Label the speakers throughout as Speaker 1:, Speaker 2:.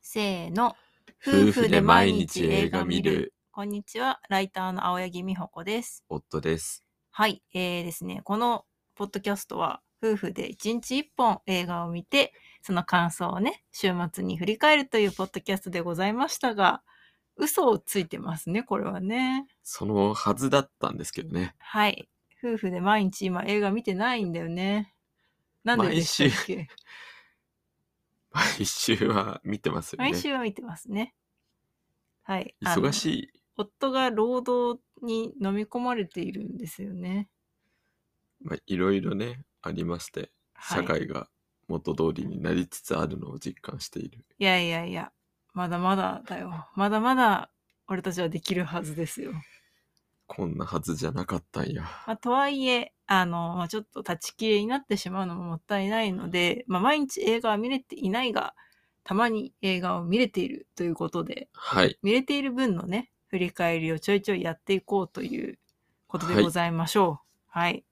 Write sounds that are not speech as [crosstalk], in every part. Speaker 1: せーの。
Speaker 2: 夫婦で毎日映画見る。
Speaker 1: こんにちは。ライターの青柳美穂子です。
Speaker 2: 夫です。
Speaker 1: はい。えーですね、このポッドキャストは、夫婦で1日1本映画を見て、その感想をね、週末に振り返るというポッドキャストでございましたが、嘘をついてますね、これはね。
Speaker 2: そのはずだったんですけどね。
Speaker 1: はい。夫婦で毎日今映画見てないんだよね。なんででしたっけ
Speaker 2: 毎週は見てますよね。
Speaker 1: 毎週は見てますね。はい。あの
Speaker 2: 忙しい。
Speaker 1: 夫が労働に飲み込まれているんですよね。
Speaker 2: まあ、いろいろね、ありまして、
Speaker 1: はい、
Speaker 2: 社会が元通りになりつつあるのを実感している。
Speaker 1: いやいやいや、まだまだだよ。まだまだ俺たちはできるはずですよ。
Speaker 2: こんなはずじゃなかったんや。
Speaker 1: まあ、とはいえ、あの、まあ、ちょっと立ち消えになってしまうのももったいないので、まあ、毎日映画は見れていないが、たまに映画を見れているということで、
Speaker 2: はい。
Speaker 1: 見れている分のね、振り返りをちょいちょいやっていこうということでございましょう。はい。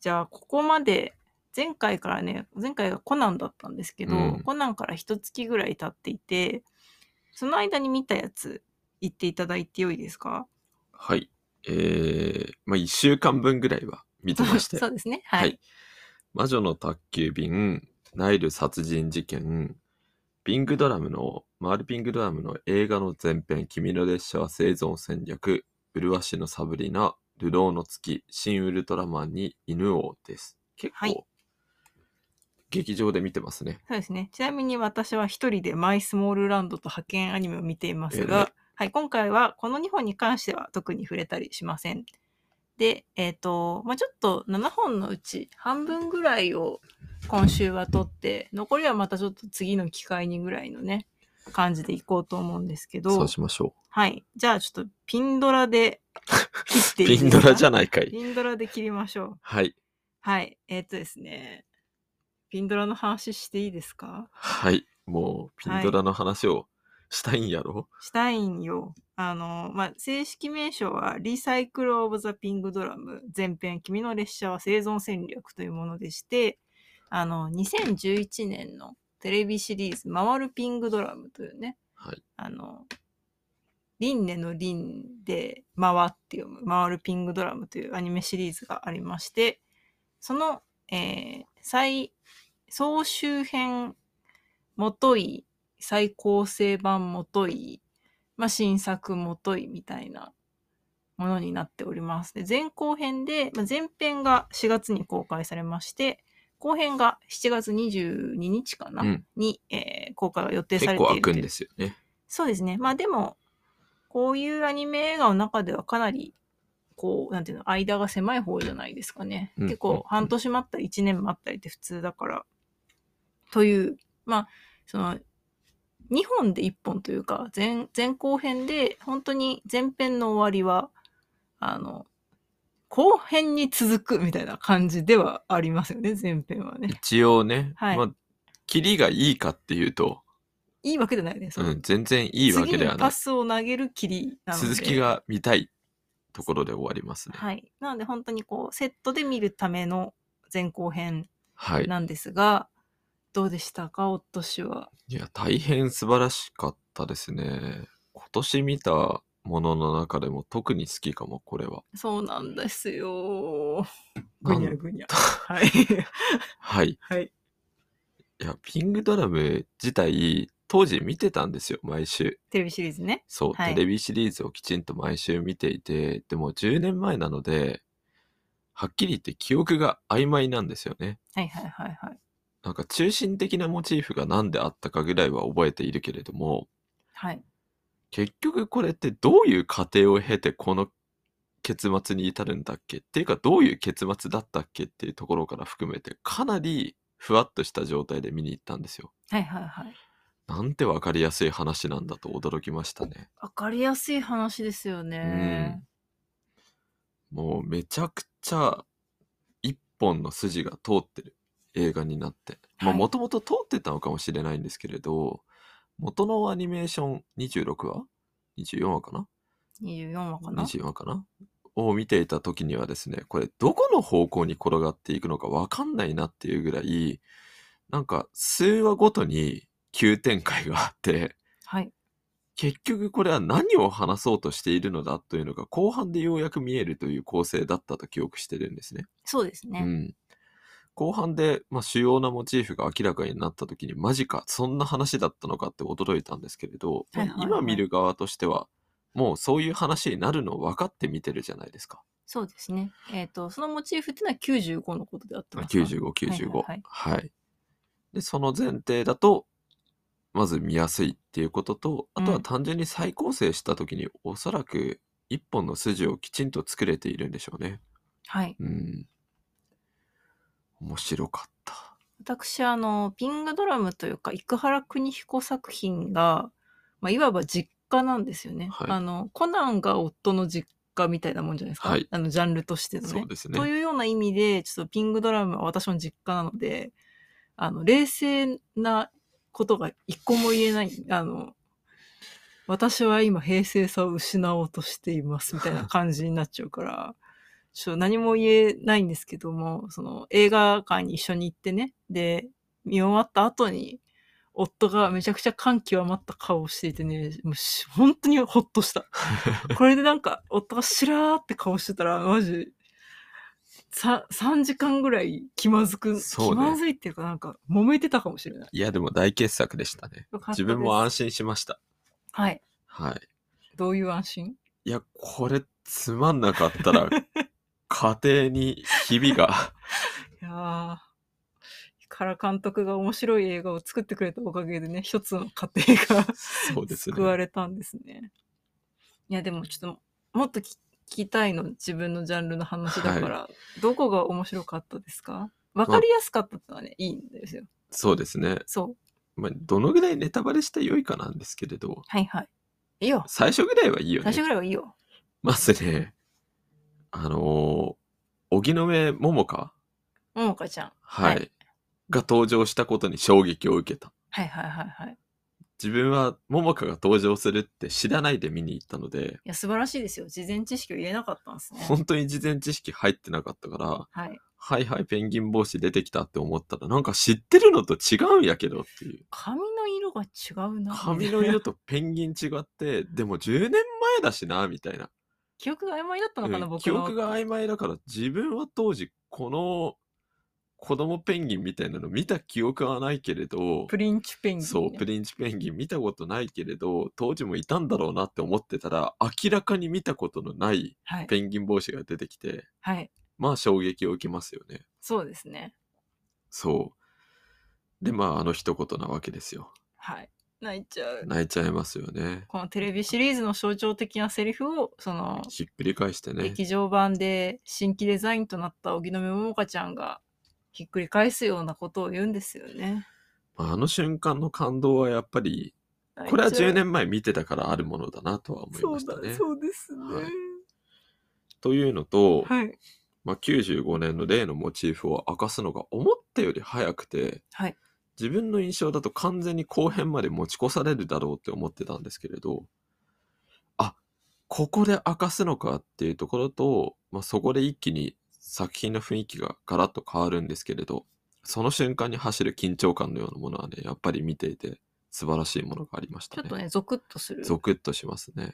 Speaker 1: じゃあ、ここまで、前回からね、前回がコナンだったんですけど、
Speaker 2: うん
Speaker 1: コナンから一月ぐらい経っていて、その間に見たやつ、言っていただいてよいですか
Speaker 2: はい。えー、まあ、一週間分ぐらいは見てまし [laughs]
Speaker 1: [laughs]
Speaker 2: て
Speaker 1: そ。うですね。はい。
Speaker 2: はい魔女の宅急便、ナイル殺人事件、ピンクドラムの、マールピンクドラムの映画の前編、君の列車は生存戦略、麗しのサブリナ、流浪の月、新ウルトラマンに犬王です。結構、
Speaker 1: はい
Speaker 2: 劇場で見てますね。
Speaker 1: そうですね。ちなみに私は一人でマイスモールランドと派遣アニメを見ています
Speaker 2: 偉い
Speaker 1: が、はい、今回はこの2本に関しては特に触れたりしません。で、えっ、と、まあ、ちょっと7本のうち半分ぐらいを今週は撮って、残りはまたちょっと次の機会にぐらいのね、感じでいこうと思うんですけ
Speaker 2: そ
Speaker 1: ど
Speaker 2: う、しましょ
Speaker 1: はい。じゃあちょっとピンドラで切って
Speaker 2: う。
Speaker 1: いいです
Speaker 2: ピン
Speaker 1: か
Speaker 2: ドラじゃないかい。
Speaker 1: ピンドラで切りましょう。
Speaker 2: はい。
Speaker 1: はい。えっ、とですね、ピンドラの話していいですか
Speaker 2: はい。もう、ピンドラの話をしたいんやろ、
Speaker 1: したいんよ。あの、まあ、正式名称は、リサイクル・オブ・ザ・ピング・ドラム、前編、君の列車は生存戦略というものでして、あの、2011年のテレビシリーズ、回るピング・ドラムというね、
Speaker 2: はい
Speaker 1: あの、輪廻の輪で、回って読む、回るピング・ドラムというアニメシリーズがありまして、その、えー最、総集編、もとい、最高成版もとい、まあ、新作もといみたいなものになっております。で前後編で、まあ、前編が4月に公開されまして、後編が7月22日かな、
Speaker 2: うん
Speaker 1: に、えー公開が予定さ
Speaker 2: 結
Speaker 1: れてい
Speaker 2: 構
Speaker 1: る
Speaker 2: 開く
Speaker 1: とい
Speaker 2: ん
Speaker 1: う
Speaker 2: ですよね。
Speaker 1: そうですね。まあでも、こういうアニメ映画の中ではかなり、こう、なんていうの、間が狭い方じゃないですかね。
Speaker 2: うん
Speaker 1: 結
Speaker 2: うんう
Speaker 1: 構
Speaker 2: ん、
Speaker 1: 半年待ったり、1年待ったりって普通だから。という、まあ、その、2本で1本というか、前、前後編で、本当に前編の終わりは、あの、後編に続くみたいな感じではありますよね、前編はね。
Speaker 2: 一応ね、
Speaker 1: はい
Speaker 2: まあ、キリがいいかっていうと、
Speaker 1: いいわけじゃないね、その
Speaker 2: うん、全然いいわけで
Speaker 1: 次に
Speaker 2: はない
Speaker 1: パ。スを投げるきりなので。
Speaker 2: 続きが見たいところで終わりますね。はい。
Speaker 1: はい。なので本当にこう、セットで見るための前後編なんですが、どうでしたか、お年は。
Speaker 2: いや、大変素晴らしかったですね。今年見たものの中でも特に好きかも、これは。
Speaker 1: そうなんですよ。
Speaker 2: な
Speaker 1: ぐ
Speaker 2: ん
Speaker 1: にゃぐにゃ。はい。
Speaker 2: [laughs] はい。
Speaker 1: はい。
Speaker 2: いや、ピングドラム自体、当時見てたんですよ、毎週。
Speaker 1: テレビシリーズね。
Speaker 2: そう、
Speaker 1: はい
Speaker 2: テレビシリーズをきちんと毎週見ていて、でも10年前なので、はっきり言って記憶が曖昧なんですよね。
Speaker 1: はいはいはいはい。
Speaker 2: なんか中心的なモチーフが何であったかぐらいは覚えているけれども、
Speaker 1: はい。
Speaker 2: 結局これってどういう過程を経てこの結末に至るんだっけっていうかどういう結末だったっけっていうところから含めてかなりふわっとした状態で見に行ったんですよ。
Speaker 1: はいはいはい。
Speaker 2: なんてわかりやすい話なんだと驚きましたね。
Speaker 1: わかりやすい話ですよね。
Speaker 2: もうめちゃくちゃ一本の筋が通ってる映画になって。まあ
Speaker 1: はい
Speaker 2: もともと通ってたのかもしれないんですけれど、元のアニメーション26話 ?24 話かな
Speaker 1: 24話かな。
Speaker 2: 24話かなを見ていた時にはですねこれどこの方向に転がっていくのかわかんないなっていうぐらいなんか数話ごとに急展開があって、
Speaker 1: はい。
Speaker 2: 結局これは何を話そうとしているのだというのが後半でようやく見えるという構成だったと記憶してるんですね。
Speaker 1: そうですね。
Speaker 2: うん、後半で、まあ、主要なモチーフが明らかになった時にマジかそんな話だったのかって驚いたんですけれど、まあ
Speaker 1: はいはいはい
Speaker 2: 今見る側としてはもうそういう話になるのを分かって見てるじゃないですか。
Speaker 1: そうですね。えっ、と、そのモチーフっていうのは95のことであってますか
Speaker 2: 95、95。
Speaker 1: は
Speaker 2: はいい
Speaker 1: はい
Speaker 2: で、その前提だと、まず見やすいっていうことと、あと
Speaker 1: う
Speaker 2: は
Speaker 1: ん
Speaker 2: 単純に再構成した時に、おそらく一本の筋をきちんと作れているんでしょうね。
Speaker 1: はい。
Speaker 2: うん。面白かった。
Speaker 1: 私、あの、ピングドラムというか、生原邦彦作品が、まあ、いわば実家なんですよね、
Speaker 2: はい
Speaker 1: あの、コナンが夫の実家みたいなもんじゃないですか。
Speaker 2: はい
Speaker 1: あの、ジャンルとしてのね。
Speaker 2: そうです
Speaker 1: と
Speaker 2: ね。
Speaker 1: いうような意味で、ちょっとピングドラムは私の実家なので、あの、冷静なことが一個も言えない、あの、私は今平静さを失おうとしていますみたいな感じになっちゃうから、ちょっと何も言えないんですけども、その映画館に一緒に行ってね、で、見終わった後に、夫がめちゃくちゃ感極まった顔をしていてね、もうし本当にほっと
Speaker 2: [laughs]
Speaker 1: した。これでなんか、夫がしらーって顔してたら、マジ、さ3時間ぐらい気まずく、
Speaker 2: そう
Speaker 1: 気
Speaker 2: ね
Speaker 1: まずいっていうかなんか、揉めてたかもしれない。
Speaker 2: いや、でも大傑作でしたね。
Speaker 1: よかったです
Speaker 2: 自分も安心しました。
Speaker 1: はい。
Speaker 2: はい。
Speaker 1: どういう安心
Speaker 2: いや、これつまんなかっ
Speaker 1: [laughs]
Speaker 2: たら、家庭にひびが。
Speaker 1: いやー。から監督が面白い映画を作ってくれたおかげでね、一つの家庭が
Speaker 2: そうですね。
Speaker 1: 救われたんですね。いや、でもちょっと、もっとき聞きたいの、自分のジャンルの話だから、どこが面白かったですかわかりやすかったってのはね、いいんですよ。
Speaker 2: そうですね。
Speaker 1: そう。
Speaker 2: まあ、どのぐらいネタバレして良いかなんですけれど、
Speaker 1: はいはい。いいよ。
Speaker 2: 最初ぐらいはいいよ
Speaker 1: 最初
Speaker 2: ね。
Speaker 1: ぐらいはいいよ。
Speaker 2: まずね、あのー、荻野目桃香、
Speaker 1: ももかちゃん。
Speaker 2: はい、
Speaker 1: は
Speaker 2: が登場したことに衝撃を受けた。
Speaker 1: はいはいはいはい。い
Speaker 2: 自分は桃香が登場するって知らないで見に行ったので、
Speaker 1: や、素晴らしいですよ。事前知識を入れなかったんですね。
Speaker 2: 本当に事前知識入ってなかったから、
Speaker 1: はい。
Speaker 2: はいはい、ペンギン帽子出てきたって思ったら、なんか知ってるのと違うんやけどっていう。
Speaker 1: 髪の色が違うな。
Speaker 2: 髪の色とペンギン違って、でも10年前だしな、みたいな。
Speaker 1: [laughs] 記憶が曖昧だったのかな、
Speaker 2: うん
Speaker 1: 僕
Speaker 2: 記
Speaker 1: の。
Speaker 2: 憶が曖昧だから自分は当時この子供ペンギンみたいなの見た記憶はないけれど
Speaker 1: プリンチペンギンね、
Speaker 2: そうプリンチペンギン見たことないけれど当時もいたんだろうなって思ってたら明らかに見たことのない
Speaker 1: はい。
Speaker 2: ペンギン帽子が出てきて
Speaker 1: はい。
Speaker 2: まあ衝撃を受けますよね
Speaker 1: そうですね。
Speaker 2: そうでまああの一言なわけですよ
Speaker 1: はい。泣いちゃう。
Speaker 2: 泣いちゃいますよね
Speaker 1: このテレビシリーズの象徴的なセリフを、その、
Speaker 2: ひっくり返してね
Speaker 1: 劇場版で新規デザインとなった荻野目桃香ちゃんがひっくり返すようなことを言うんですよね。
Speaker 2: あの瞬間の感動はやっぱりこれは10年前見てたからあるものだなとは思いましたね。
Speaker 1: そうだ、そうですね。
Speaker 2: というのと、
Speaker 1: はい。
Speaker 2: まあ、95年の例のモチーフを明かすのが思ったより早くて
Speaker 1: はい。
Speaker 2: 自分の印象だと完全に後編まで持ち越されるだろうって思ってたんですけれどあここで明かすのかっていうところと、まあ、そこで一気に作品の雰囲気がガラッと変わるんですけれどその瞬間に走る緊張感のようなものはねやっぱり見ていて素晴らしいものがありまし
Speaker 1: ちょ
Speaker 2: た
Speaker 1: っと
Speaker 2: ね。
Speaker 1: ね、ゾクッとする。
Speaker 2: ゾクッとしますね。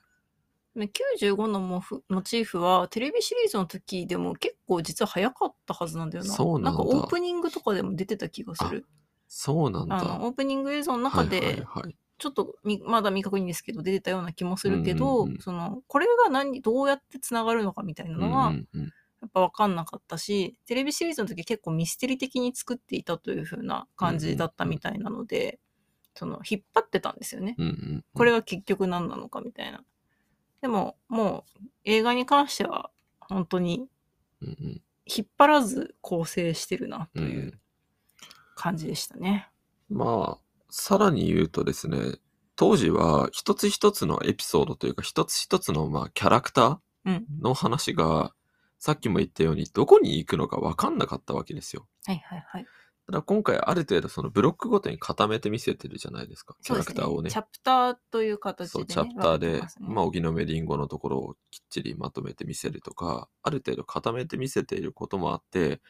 Speaker 1: ね95のモフモチーフはテレビシリーズの時でも結構実は早かったはずなんだよな。
Speaker 2: そうなんだ
Speaker 1: かオープニングとかでも出てた気がする。
Speaker 2: そうなんだ。
Speaker 1: あのオープニング映像の中で、
Speaker 2: はいはいはい、
Speaker 1: ちょっとみまだ未確認ですけど出てたような気もするけど、
Speaker 2: うんうんうん
Speaker 1: そのこれが何どうやってつながるのかみたいなのは、
Speaker 2: うんうんうん
Speaker 1: やっぱ分かんなかったしテレビシリーズの時結構ミステリー的に作っていたという風な感じだったみたいなので、その引っ張ってたんですよね
Speaker 2: うんうん、
Speaker 1: これが結局何なのかみたいな。でももう映画に関しては本当に
Speaker 2: うんうん
Speaker 1: 引っ張らず構成してるなと
Speaker 2: うん
Speaker 1: いう感じでしたね。
Speaker 2: まあさらに言うとですね当時は一つ一つのエピソードというか一つ一つのまあキャラクタ
Speaker 1: うん。
Speaker 2: ーの話がさっきも言ったようにどこに行くのか分かんなかったわけですよ。
Speaker 1: はいはいはい。
Speaker 2: ただ今回ある程度そのブロックごとに固めて見せてるじゃないですかキ
Speaker 1: そ
Speaker 2: ャ
Speaker 1: うで
Speaker 2: ラ
Speaker 1: す
Speaker 2: クターをね。
Speaker 1: チャプターという形で、
Speaker 2: そう
Speaker 1: ね。
Speaker 2: チャプター
Speaker 1: 分け
Speaker 2: で
Speaker 1: てますね
Speaker 2: まあ荻野目りんごのところをきっちりまとめて見せるとかある程度固めて見せていることもあって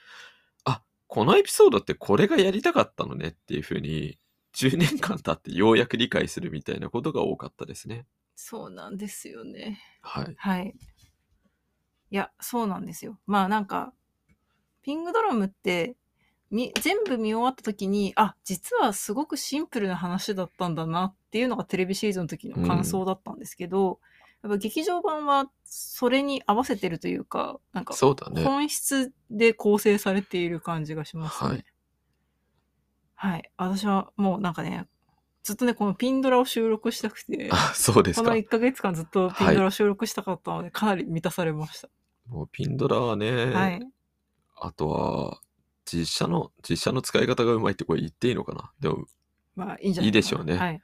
Speaker 2: あこのエピソードってこれがやりたかったのねっていうふうに10年間経ってようやく理解するみたいなことが多かったですね。
Speaker 1: そうなんですよね。
Speaker 2: はい。
Speaker 1: はい。いや、そうなんですよ。まあなんか、ピングドラムって、み全部見終わった時に、あ、実はすごくシンプルな話だったんだなっていうのがテレビシリーズの時の感想だったんですけど、やっぱ劇場版はそれに合わせてるというか、なんか
Speaker 2: そうだね。
Speaker 1: 本質で構成されている感じがしますね。
Speaker 2: はい。
Speaker 1: はい。私はもうなんかね、ずっとね、このピンドラを収録したくて、
Speaker 2: あ、そうです
Speaker 1: この
Speaker 2: か。
Speaker 1: 1ヶ月間ずっとピンドラを収録したかったので、かなり満たされました。
Speaker 2: もうピンドラはね、
Speaker 1: はい。
Speaker 2: あとは、実写の、実写の使い方がうまいってこれ言っていいのかなでも、
Speaker 1: まあ、いいんじゃないかない
Speaker 2: いでしょうね
Speaker 1: はい。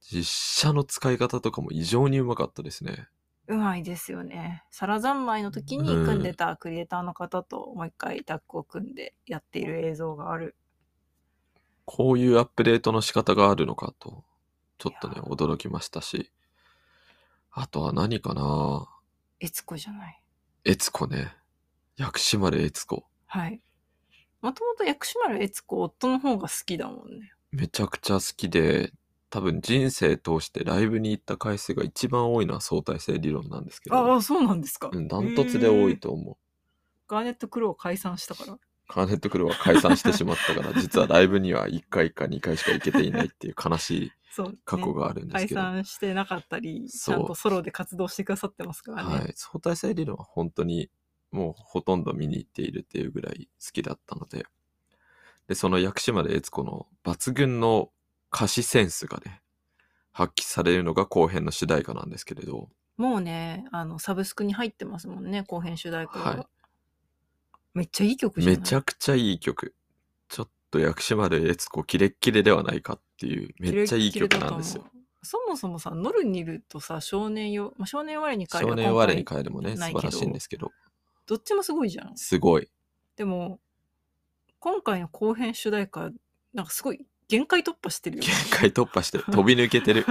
Speaker 2: 実写の使い方とかも異常にうまかったですね。
Speaker 1: うまいですよね。サラ三昧の時に組んでたクリエイターの方ともう一回タッグを組んでやっている映像がある。
Speaker 2: こういうアップデートの仕方があるのかと、ちょっと
Speaker 1: い
Speaker 2: ね、
Speaker 1: や
Speaker 2: 驚きましたし。あとは何かな
Speaker 1: 悦子じゃない。
Speaker 2: 悦子ね。薬師丸悦子。
Speaker 1: はい。もともと薬師丸悦子、夫の方が好きだもんね。
Speaker 2: めちゃくちゃ好きで、多分人生通してライブに行った回数が一番多いのは相対性理論なんですけ
Speaker 1: あ
Speaker 2: ど、
Speaker 1: あ、そうなんですか。
Speaker 2: うんダントツで多いと思う。
Speaker 1: ガーネット・クローを解散したから。
Speaker 2: カーネットクルーは解散してしまったから、実はライブには1回か2回しか行けていないっていう悲しい
Speaker 1: そう、ね。
Speaker 2: 過去があるんです
Speaker 1: 解
Speaker 2: けど、
Speaker 1: 散してなかったり、ち
Speaker 2: そう
Speaker 1: ゃんとソロで活動してくださってますからね。
Speaker 2: はい、相対性理論は本当にもうほとんど見に行っているっていうぐらい好きだったので、で、その薬師丸悦子の抜群の歌詞センスがね、発揮されるのが後編の主題歌なんですけれど、
Speaker 1: もうね、あの、サブスクに入ってますもんね、後編主題歌が。
Speaker 2: はい
Speaker 1: めっちゃいい曲じゃな
Speaker 2: め
Speaker 1: い
Speaker 2: ちゃくちゃいい曲。ちょっと薬師丸悦子キレッキレではないかっていう、めっちゃいい曲なんですよ。。
Speaker 1: そもそもさ、ノルニルとさ、少年よ、まあ、少年我に帰る
Speaker 2: 少年我に
Speaker 1: る。
Speaker 2: 帰るもね、素
Speaker 1: ないけど
Speaker 2: 晴らしいんですけど、
Speaker 1: どっちもすごいじゃん。
Speaker 2: すごい。
Speaker 1: でも、今回の後編主題歌、なんかすごい限界突破してるよね。
Speaker 2: 限界突破して飛び抜け
Speaker 1: [laughs]
Speaker 2: てる。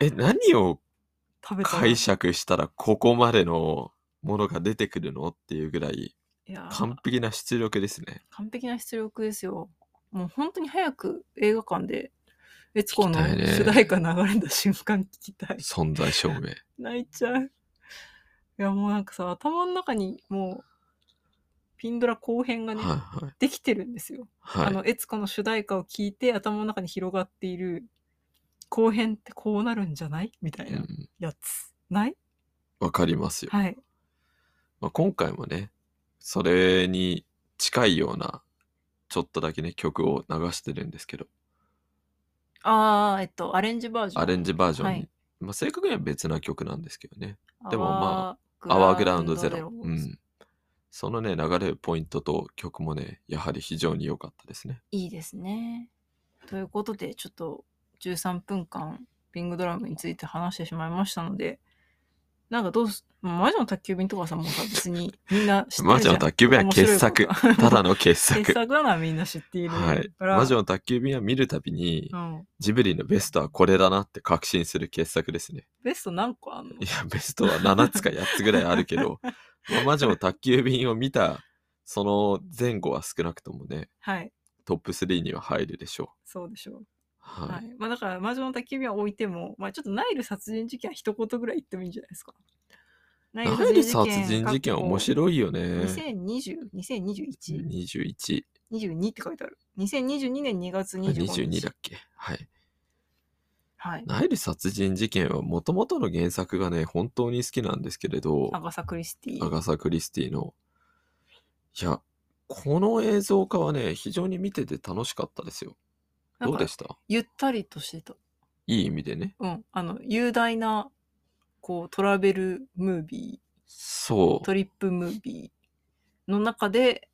Speaker 2: え、何を
Speaker 1: 食べたら
Speaker 2: 解釈したらここまでのものが出てくるのっていうぐらい
Speaker 1: いやー
Speaker 2: 完璧な出力ですね。
Speaker 1: 完璧な出力ですよ。もう本当に早く映画館で、悦子の
Speaker 2: 聞きたいね
Speaker 1: 主題歌流れた瞬間聞きたい。
Speaker 2: 存在証明。
Speaker 1: 泣いちゃう。いやもうなんかさ、頭の中にもう、ピンドラ後編がね、
Speaker 2: はい
Speaker 1: できてるんですよ。
Speaker 2: はい。
Speaker 1: あ
Speaker 2: はい。
Speaker 1: の、悦子の主題歌を聞いて、頭の中に広がっている、後編ってこうなるんじゃないみたいうなんやつ。ない
Speaker 2: わかりますよ。
Speaker 1: はい。
Speaker 2: まあ、今回もね、それに近いような、ちょっとだけね、曲を流してるんですけど、
Speaker 1: ああ、えっと、アレンジバージョン。
Speaker 2: アレンジバージョンに、
Speaker 1: はい
Speaker 2: まあ、正確には別な曲なんですけどね、で
Speaker 1: で
Speaker 2: も
Speaker 1: も
Speaker 2: ま
Speaker 1: ま
Speaker 2: 「
Speaker 1: あ、
Speaker 2: アワーグラウンドゼ
Speaker 1: Ground
Speaker 2: ロ」う
Speaker 1: Zero
Speaker 2: ん。そのね、流れるポイントと曲もね、やはり非常に良かったですね。
Speaker 1: いいですね。ということで、ちょっと13分間、ビングドラムについて話してしまいましたので、なんかどうす、魔女の宅急便とかさ、もうさ、別にみんな知ってるじゃん。
Speaker 2: 魔女の宅急便は傑作
Speaker 1: 面白いこと
Speaker 2: ただの傑作。
Speaker 1: 傑作だな、みんな知っている。
Speaker 2: はい。
Speaker 1: から
Speaker 2: 魔女の宅急便は見るたびに、
Speaker 1: うん。
Speaker 2: ジブリのベストはこれだなって確信する傑作で
Speaker 1: [laughs]
Speaker 2: すね。
Speaker 1: ベスト何個あんの
Speaker 2: いや、ベストは7つか8つぐらいあるけ
Speaker 1: [laughs]
Speaker 2: ど、まあ魔女の宅急便を見た、その前後は少なくともね、
Speaker 1: はい。
Speaker 2: トップ3には入るでしょ
Speaker 1: そうでしょう。
Speaker 2: う。はい。
Speaker 1: はい。まあだから、魔女の宅急便は置いても、まあちょっとナイル殺人事件は一言ぐらい言ってもいいんじゃないですか。ナ
Speaker 2: ナイル殺人事件面
Speaker 1: い。
Speaker 2: 白いよね。
Speaker 1: 2020、2021。
Speaker 2: 21、
Speaker 1: 22って書いてある。2022年2月25
Speaker 2: 22
Speaker 1: 日。
Speaker 2: だっけ。はい。
Speaker 1: はい。
Speaker 2: ナイル殺人事件はもともとの原作がね、本当に好きなんですけれど、
Speaker 1: アガサ・クリスティ。
Speaker 2: アガサ・クリスティの。いや、この映像化はね、非常に見てて楽しかったですよ。
Speaker 1: な
Speaker 2: ど
Speaker 1: ん
Speaker 2: う
Speaker 1: か
Speaker 2: でした
Speaker 1: ゆったりとしてた。
Speaker 2: いい意味でね。
Speaker 1: うん。あの、雄大な、こう、トラベルムービ
Speaker 2: そ
Speaker 1: ー、
Speaker 2: う
Speaker 1: ト。リップムービーの中で、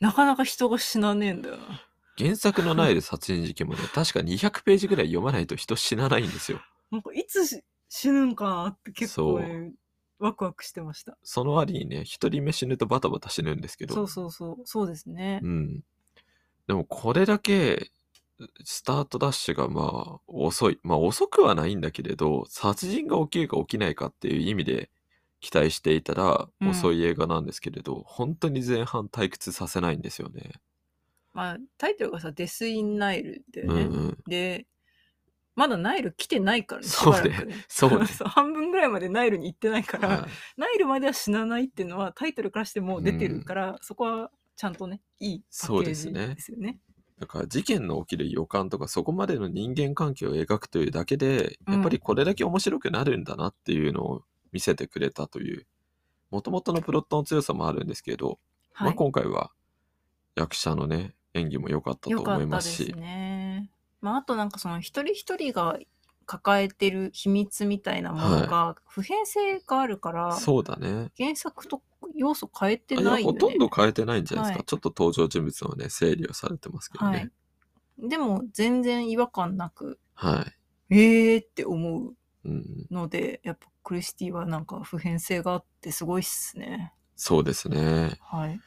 Speaker 1: なかなか人が死なねえんだよな。
Speaker 2: 原作のナイル殺人事件もね、 [laughs] 確か200ページぐらい読まないと人死なないんですよ。
Speaker 1: なんか、いつし死ぬんかなって結構ね、ワクワクしてました。
Speaker 2: その割にね、一人目死ぬとバタバタ死ぬんですけど。
Speaker 1: そうそうそう。そうですね。
Speaker 2: うん。でもこれだけ、スタートダッシュがまあ遅い。まあ遅くはないんだけれど、殺人が起きるか起きないかっていう意味で期待していたら
Speaker 1: うん
Speaker 2: 遅い映画なんですけれど、本当に前半退屈させないんですよね。
Speaker 1: まあ、タイトルがさ、デス・イン・ナイルだよ
Speaker 2: うん
Speaker 1: ね。
Speaker 2: うん。
Speaker 1: で、まだナイル来てないからね、し
Speaker 2: そう
Speaker 1: ば
Speaker 2: ね
Speaker 1: らくね。
Speaker 2: そうね
Speaker 1: そう [laughs] 半分ぐらいまでナイルに行ってないから、
Speaker 2: [laughs] はい
Speaker 1: ナイルまでは死なないっていうのはタイトルからしてもう出てるから、そこはちゃんとね、いいパッケージですよね。
Speaker 2: だから事件の起きる予感とかそこまでの人間関係を描くというだけで、やっぱりこれだけ面白くなるんだなっていうのを見せてくれたという、もともとのプロットの強さもあるんですけど、
Speaker 1: は
Speaker 2: まあ、
Speaker 1: い。
Speaker 2: 今回は役者のね、演技も良かったと
Speaker 1: よか
Speaker 2: 思い
Speaker 1: っ
Speaker 2: ま
Speaker 1: たですす
Speaker 2: し、
Speaker 1: ね。まあ、あとなんかその一人一人が抱えてる秘密みたいなものが普遍性があるから、
Speaker 2: そうだね。
Speaker 1: 原作と要素変えて
Speaker 2: あ
Speaker 1: ない
Speaker 2: や
Speaker 1: いよ
Speaker 2: ほ
Speaker 1: ね。
Speaker 2: とんど変えてないんじゃないですか。
Speaker 1: はい
Speaker 2: ちょっと登場人物のね、整理をされてますけど
Speaker 1: はい
Speaker 2: ね。。
Speaker 1: でも全然違和感なく、
Speaker 2: はい。
Speaker 1: えーって思う
Speaker 2: うん、
Speaker 1: ので、やっぱクリスティはなんか普遍性があってすごいっすね。
Speaker 2: そうですね。
Speaker 1: はい。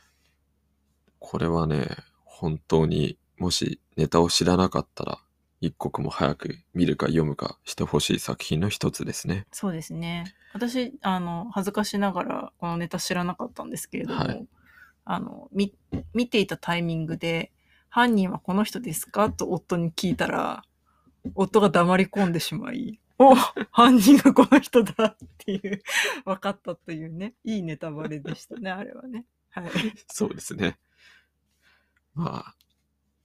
Speaker 2: これはね、本当にもしネタを知らなかったら、一刻も早く見るか読むかしてほしい作品の一つですね。
Speaker 1: そうですね。私、あの、恥ずかしながらこのネタ知らなかったんですけれども、
Speaker 2: はい
Speaker 1: あの、み、見ていたタイミングで、犯人はこの人ですかと夫に聞いたら、夫が黙り込んでしまい、お [laughs] 犯人がこの人だっていう、分かったというね、いいネタバレでしたね、あれはね。はい。
Speaker 2: そうですね。まあ、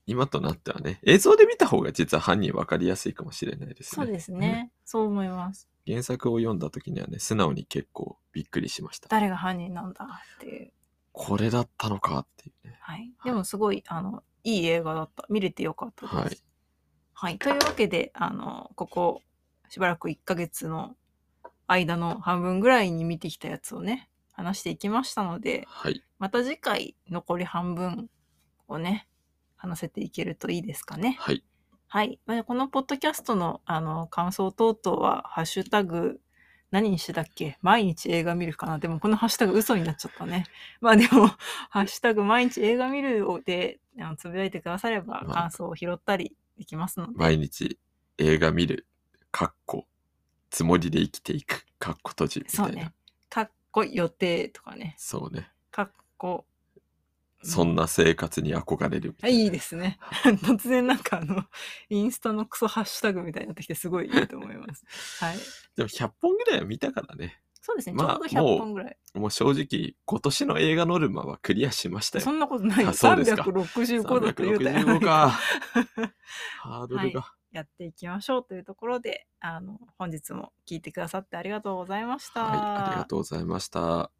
Speaker 2: 今となってはね、映像で見た方が実は犯人分かりやすいかもしれないですね。
Speaker 1: そうですね。 [laughs] そう思います。
Speaker 2: 原作を読んだ時にはね、素直に結構びっくりしました。
Speaker 1: 誰が犯人なんだっていう。
Speaker 2: これだったのかっていうね。
Speaker 1: はい。でもすごい、あの、いい映画だった。見れてよかったです。
Speaker 2: は
Speaker 1: は
Speaker 2: い。
Speaker 1: い。というわけで、あの、ここ、しばらく1ヶ月の間の半分ぐらいに見てきたやつをね、話していきましたので、
Speaker 2: はい。
Speaker 1: また次回残り半分をね、話せていけるといいですかね。
Speaker 2: はい。
Speaker 1: はい。まあこのポッドキャストの、あの、感想等々は、ハッシュタグ、何にしてたっけ毎日映画見るかなでも、このハッシュタグ嘘になっちゃったね。まあでも、ハッシュタグ毎日映画見るをで、あのつぶやいてくだされば、
Speaker 2: まあ
Speaker 1: 感想を拾ったりできますので。
Speaker 2: 毎日映画見る、かっこ、つもりで生きていく、かっこ閉じみた
Speaker 1: そう
Speaker 2: いな
Speaker 1: ね。。かっこ予定とかね。
Speaker 2: そうね。
Speaker 1: かっこ。
Speaker 2: そんな生活に憧れるみ
Speaker 1: あ
Speaker 2: たいな。
Speaker 1: いいですね。 [laughs] 突然なんかあの、インスタのクソハッシュタグみたいになってきてすごいいいと思い
Speaker 2: [laughs]
Speaker 1: ます。はい。
Speaker 2: でも100本ぐらいは見たからね。
Speaker 1: そうですね。
Speaker 2: まあ
Speaker 1: ちょうど100本ぐらい。
Speaker 2: もう正直、今年の映画ノルマはクリアしましたよ。
Speaker 1: そんなことないよ。
Speaker 2: あそうですか
Speaker 1: 365だと言うたやない
Speaker 2: 365か
Speaker 1: [laughs] か。
Speaker 2: ハードルが。
Speaker 1: やっていきましょうというところで、あの、本日も聞いてくださってありがとうございました。
Speaker 2: はい、ありがとうございました。